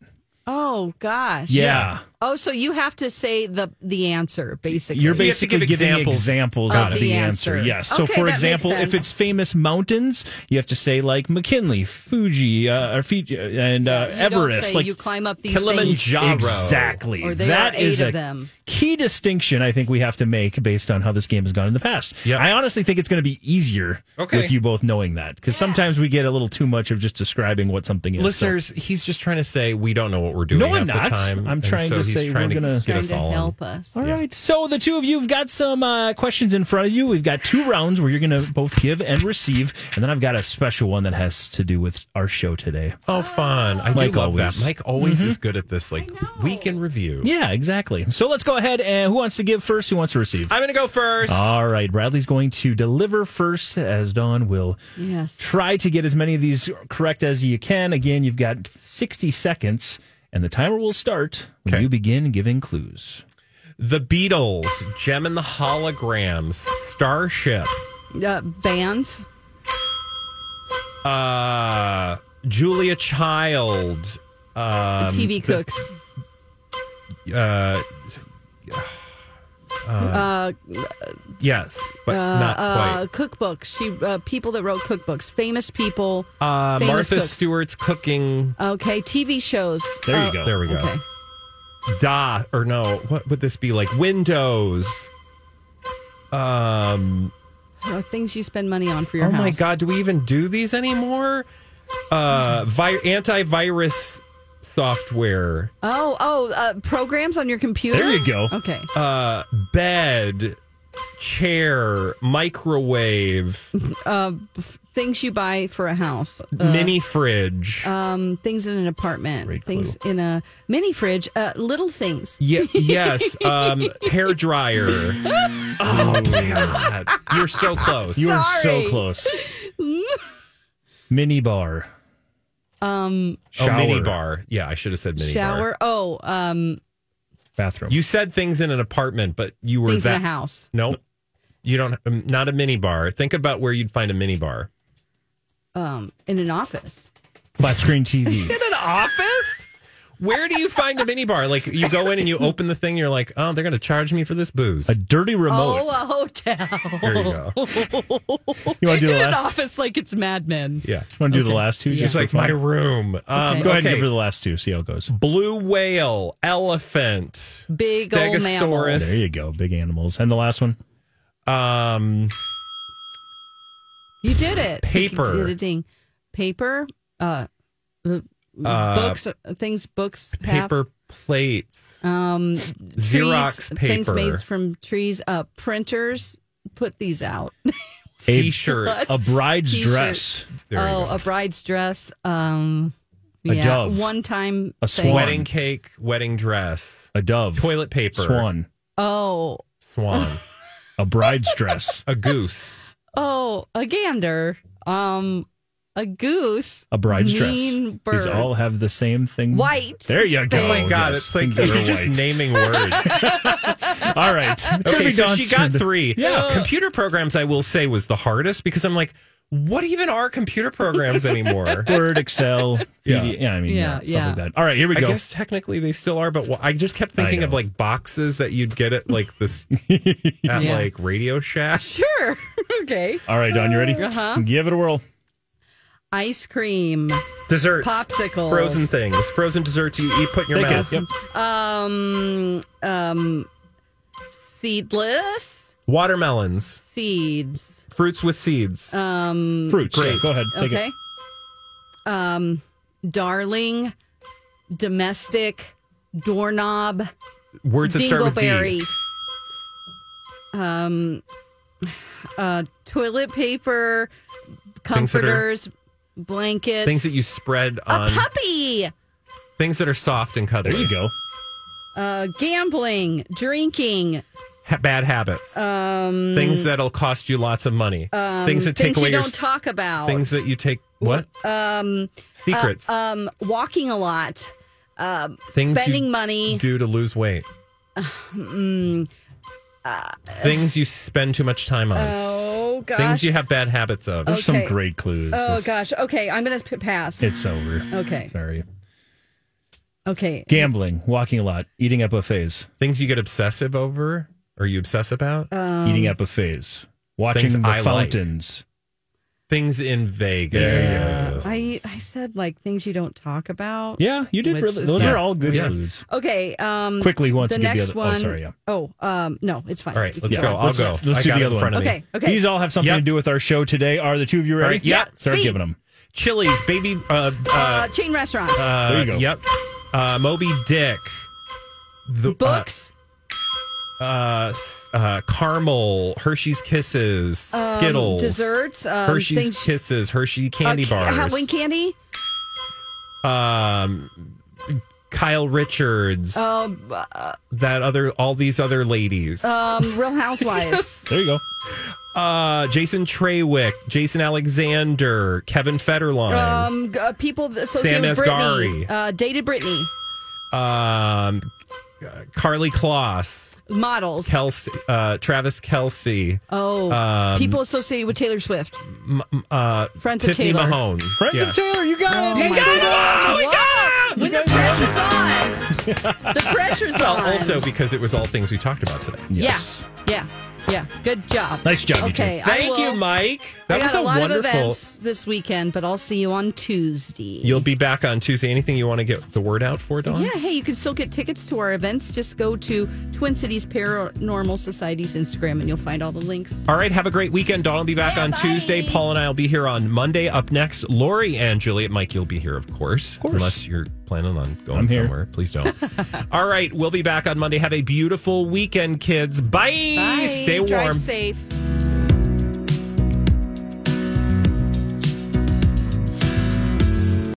D: oh gosh.
C: Yeah.
D: Oh, so you have to say the the answer basically.
C: You're
B: You have to
C: basically
B: give
C: giving
B: examples
C: examples,
D: of
C: of,
D: the
C: the, answer.
D: answer.
C: Yes. so,
D: Okay, that
C: for
D: makes
C: example,
D: sense.
C: if it's famous mountains, you have to say like McKinley, Fuji, uh, or Fiji, and uh,
D: You don't
C: Everest.
D: say
C: like
D: you climb up these things.
B: Kilimanjaro.
C: Exactly.
D: Or there
C: That
D: are eight
C: is
D: of
C: a
D: them.
C: key distinction I think we have to make based on how this game has gone in the past.
B: Yep.
C: I honestly think it's going to be easier
B: Okay.
C: with you both knowing that because sometimes we get a little too much of just describing what something is. So-
B: Listeners, he's just trying to say we don't know what we're doing.
C: No, I'm
B: half The
C: not.
B: time,
C: I'm
B: and
C: trying
B: so
C: to
B: he's
C: say
B: trying
C: we're
B: to
C: gonna-
B: get
D: trying
B: us
D: to
B: all.
D: help us.
C: All right, So the two of you have got some uh, questions in front of you. We've got two rounds where you're going to both give and receive, and then I've got a special one that has to do with our show today.
B: Oh, fun! I
C: Mike
B: do love
C: always. Mm-hmm.
B: that. Mike always is good at this, like week in review.
C: Yeah, exactly. So let's go ahead and who wants to give first? Who wants to receive?
B: I'm gonna go first.
C: All right, Bradley's going to deliver first, as Dawn will
D: Yes.
C: try to get as many of these correct as you can. Again, you've got 60 seconds, and the timer will start when
B: Okay.
C: you begin giving clues.
B: the Beatles, Gem and the Holograms, Starship,
D: Uh, bands.
B: uh, Julia Child, um,
D: TV cooks.
B: Uh,
D: uh,
B: yes, but not
D: uh,
B: quite.
D: cookbooks. She uh, people that wrote cookbooks, famous people.
B: Uh,
D: famous
B: Martha
D: cooks.
B: Stewart's cooking.
D: Okay, TV shows.
C: There you
D: Uh,
C: go.
B: There we go.
D: Okay.
B: Da or no? What would this be like? Windows. Um.
D: Uh, things you spend money on for your
B: oh
D: house.
B: my god, do we even do these anymore? Uh, vi- antivirus software.
D: Oh, oh, uh, programs on your computer.
C: There you go.
D: Okay.
B: Uh, bed, chair, microwave,
D: Uh, f- things you buy for a house. Uh,
B: mini fridge.
D: um, things in an apartment.
C: Great
D: things
C: clue.
D: in a mini fridge. Uh, little things.
B: Ye- yes, um, hair dryer. oh my god, you're so close.
C: You are
D: Sorry.
C: so close. Mini bar.
D: Um,
C: Shower.
B: Oh, mini bar. Yeah, I should have said mini
D: shower.
B: bar.
D: Oh, um,
C: Bathroom.
B: You said things in an apartment, but you were
D: things
B: that
D: in a house.
B: Nope. You don't. um, Not a mini bar. Think about where you'd find a mini bar.
D: Um, in an office.
C: Flat screen TV.
B: In an office? Where do you find a mini bar? Like you go in and you open the thing, you're like, oh, they're gonna charge me for this booze.
C: A dirty remote.
D: Oh, a hotel.
B: There you go.
C: you want to do
D: In
C: the
D: an
C: last?
D: office like it's Mad Men.
B: Yeah.
C: Want to do the last two?
B: She's
C: for
B: like
C: fun?
B: my room. Um,
D: Okay.
C: Go ahead and
B: okay.
C: give her the last two. See how it goes.
B: Blue whale, elephant,
D: Big old
B: stegosaurus.
C: There you go. Big animals. And the last one.
B: Um,
D: You did it.
B: Paper.
D: You did a ding. Paper. Uh, uh, books. uh, Things. Books. have.
B: paper plates.
D: Um,
B: Xerox
D: trees, Things
B: paper.
D: made from trees. Uh, printers. Put these out.
B: T-shirts.
C: A bride's
D: T-shirt.
C: dress.
B: There you
D: oh,
B: go.
D: a bride's dress. Um,
C: A
D: yeah,
C: dove.
D: One time.
C: A
D: thing.
C: swan.
B: Wedding cake, wedding dress,
C: A dove.
B: toilet paper,
C: Swan.
D: Oh,
B: swan,
C: A bride's dress.
B: a goose,
D: oh, a gander. Um, a goose.
C: A bride's
D: Mean
C: dress.
D: birds.
C: These all have the same thing.
D: White.
C: There you go.
B: Oh my god,
C: Yes,
B: it's like
C: things that
B: you're
C: are
B: just
C: white.
B: naming words.
C: All right. It's gonna
B: okay,
C: be
B: so
C: Dawn's
B: she got
C: turn.
B: three.
C: Yeah.
B: Computer programs, I will say, was the hardest because I'm like, what even are computer programs anymore?
C: Word, Excel, yeah,
B: Yeah.
C: yeah I mean,
D: Yeah,
C: yeah,
D: yeah.
C: stuff like that. All right, here we
B: I
C: go.
B: guess technically they still are, but wh- I just kept thinking of
C: know.
B: like boxes that you'd get at like this at
D: Yeah.
B: like Radio Shack.
D: Sure. okay.
C: All right, Dawn, you ready?
D: Uh-huh.
C: Give it a whirl.
D: Ice cream.
B: Desserts,
D: Popsicles.
B: frozen things, frozen desserts you eat, put in your
C: Take it.
B: mouth.
C: Yep.
D: Um, um, seedless
B: Watermelons,
D: seeds.
B: fruits with seeds,
D: Um,
C: Fruits. Yeah,
B: Grapes.
C: Go ahead. Take
D: okay. Um, darling, domestic, doorknob,
B: words that start with D.
D: dingleberry. Um, uh, toilet paper,
B: Things that are-
D: comforters, blankets.
B: Things that you spread
D: a
B: on
D: puppy.
B: things that are soft and
C: it.
B: cuddly.
C: There you go.
D: Uh, gambling, drinking,
B: Ha- bad habits.
D: um,
B: things that'll cost you lots of money. things that take
D: things
B: away
D: you
B: your
D: don't talk about.
B: things that you take what
D: um,
B: secrets.
D: um, walking a lot, um,
B: things
D: spending
B: you
D: money, Mm,
B: do to lose weight. things you spend too much time on.
D: uh, Oh gosh. Oh.
B: things you have bad habits of.
C: There's some
D: Okay.
C: great clues.
D: oh
C: This-
D: gosh. Okay, I'm gonna p- pass.
C: It's over.
D: Okay.
C: Sorry.
D: Okay.
C: Gambling, walking a lot, eating at buffets,
B: Things you get obsessive over or you obsess about.
D: Uh,
C: eating
D: Um,
C: at buffets, watching
B: Things
C: the
B: I like.
C: fountains.
B: things in Vegas.
D: I I said like things you don't talk about.
C: Yeah, you did
D: Which
C: really.
D: is
C: Those
D: nice.
C: are all good
B: Yeah.
C: clues.
D: Okay. Um.
C: Quickly, who wants
D: the
C: to give the
D: next
C: other?
D: one.
C: Oh, sorry. Yeah.
D: Oh. Um. No, it's fine.
B: All right, let's
C: Yeah.
B: go. I'll
C: Let's-
B: go.
C: let's
B: I
C: do
B: got
C: the
B: it
C: other
B: in front
C: one.
B: of me.
D: Okay. Okay.
C: These all have something
B: Yep.
C: to do with our show today. Are the two of you ready?
B: All right, yeah,
C: Start
D: sweet.
C: giving them.
B: Chili's, baby. Uh,
D: uh,
B: uh,
D: chain restaurants.
B: uh,
C: there you go.
B: Yep. Uh, Moby Dick. The uh,
D: Books.
B: uh, s- uh, caramel, Hershey's Kisses,
D: um,
B: Skittles,
D: Desserts. Um,
B: Hershey's
D: things,
B: Kisses, Hershey candy
D: uh,
B: bars,
D: Halloween candy.
B: um, Kyle Richards,
D: Um. uh,
B: that other, all these other ladies,
D: Um. Real Housewives.
C: There you go.
B: uh, Jason Trawick, Jason Alexander, Kevin Federline,
D: Um, g- uh, people th- associated
B: Sam
D: with Britney,
B: Asghari.
D: uh, dated Britney,
B: um, uh, Carly Kloss,
D: models.
B: Kelsey, uh, Travis Kelsey,
D: oh,
B: um,
D: people associated with Taylor Swift.
B: m- m- uh,
D: Friends of
B: Tiffany
D: Taylor.
B: Mahones,
C: Friends
B: Yeah.
C: of Taylor, you got
D: Oh
C: it.
D: my God. When the pressure's on, the pressure's on.
B: Well, also because it was all things we talked about today.
C: Yes.
D: yeah, yeah, yeah. Good job.
C: Nice job, you two.
D: Okay, I
B: Thank
D: will-
B: you, Mike.
D: I
B: That
D: got
B: was
D: a,
B: a,
D: lot of
B: wonderful.
D: events this weekend, but I'll see you on Tuesday.
B: You'll be back on Tuesday. Anything you want to get the word out for, Dawn?
D: yeah, hey, you can still get tickets to our events. Just go to Twin Cities Paranormal Society's Instagram, and you'll find all the links.
B: All right. Have a great weekend. Dawn will be back on Tuesday. Paul and I will be here on Monday. Up next, Lori and Juliet. Mike, you'll be here, of course. Of
C: course.
B: Unless you're planning on going
C: I'm here.
B: somewhere. Please don't. all right. We'll be back on Monday. Have a beautiful weekend, kids. Bye.
D: Bye.
B: Stay warm.
D: Drive safe.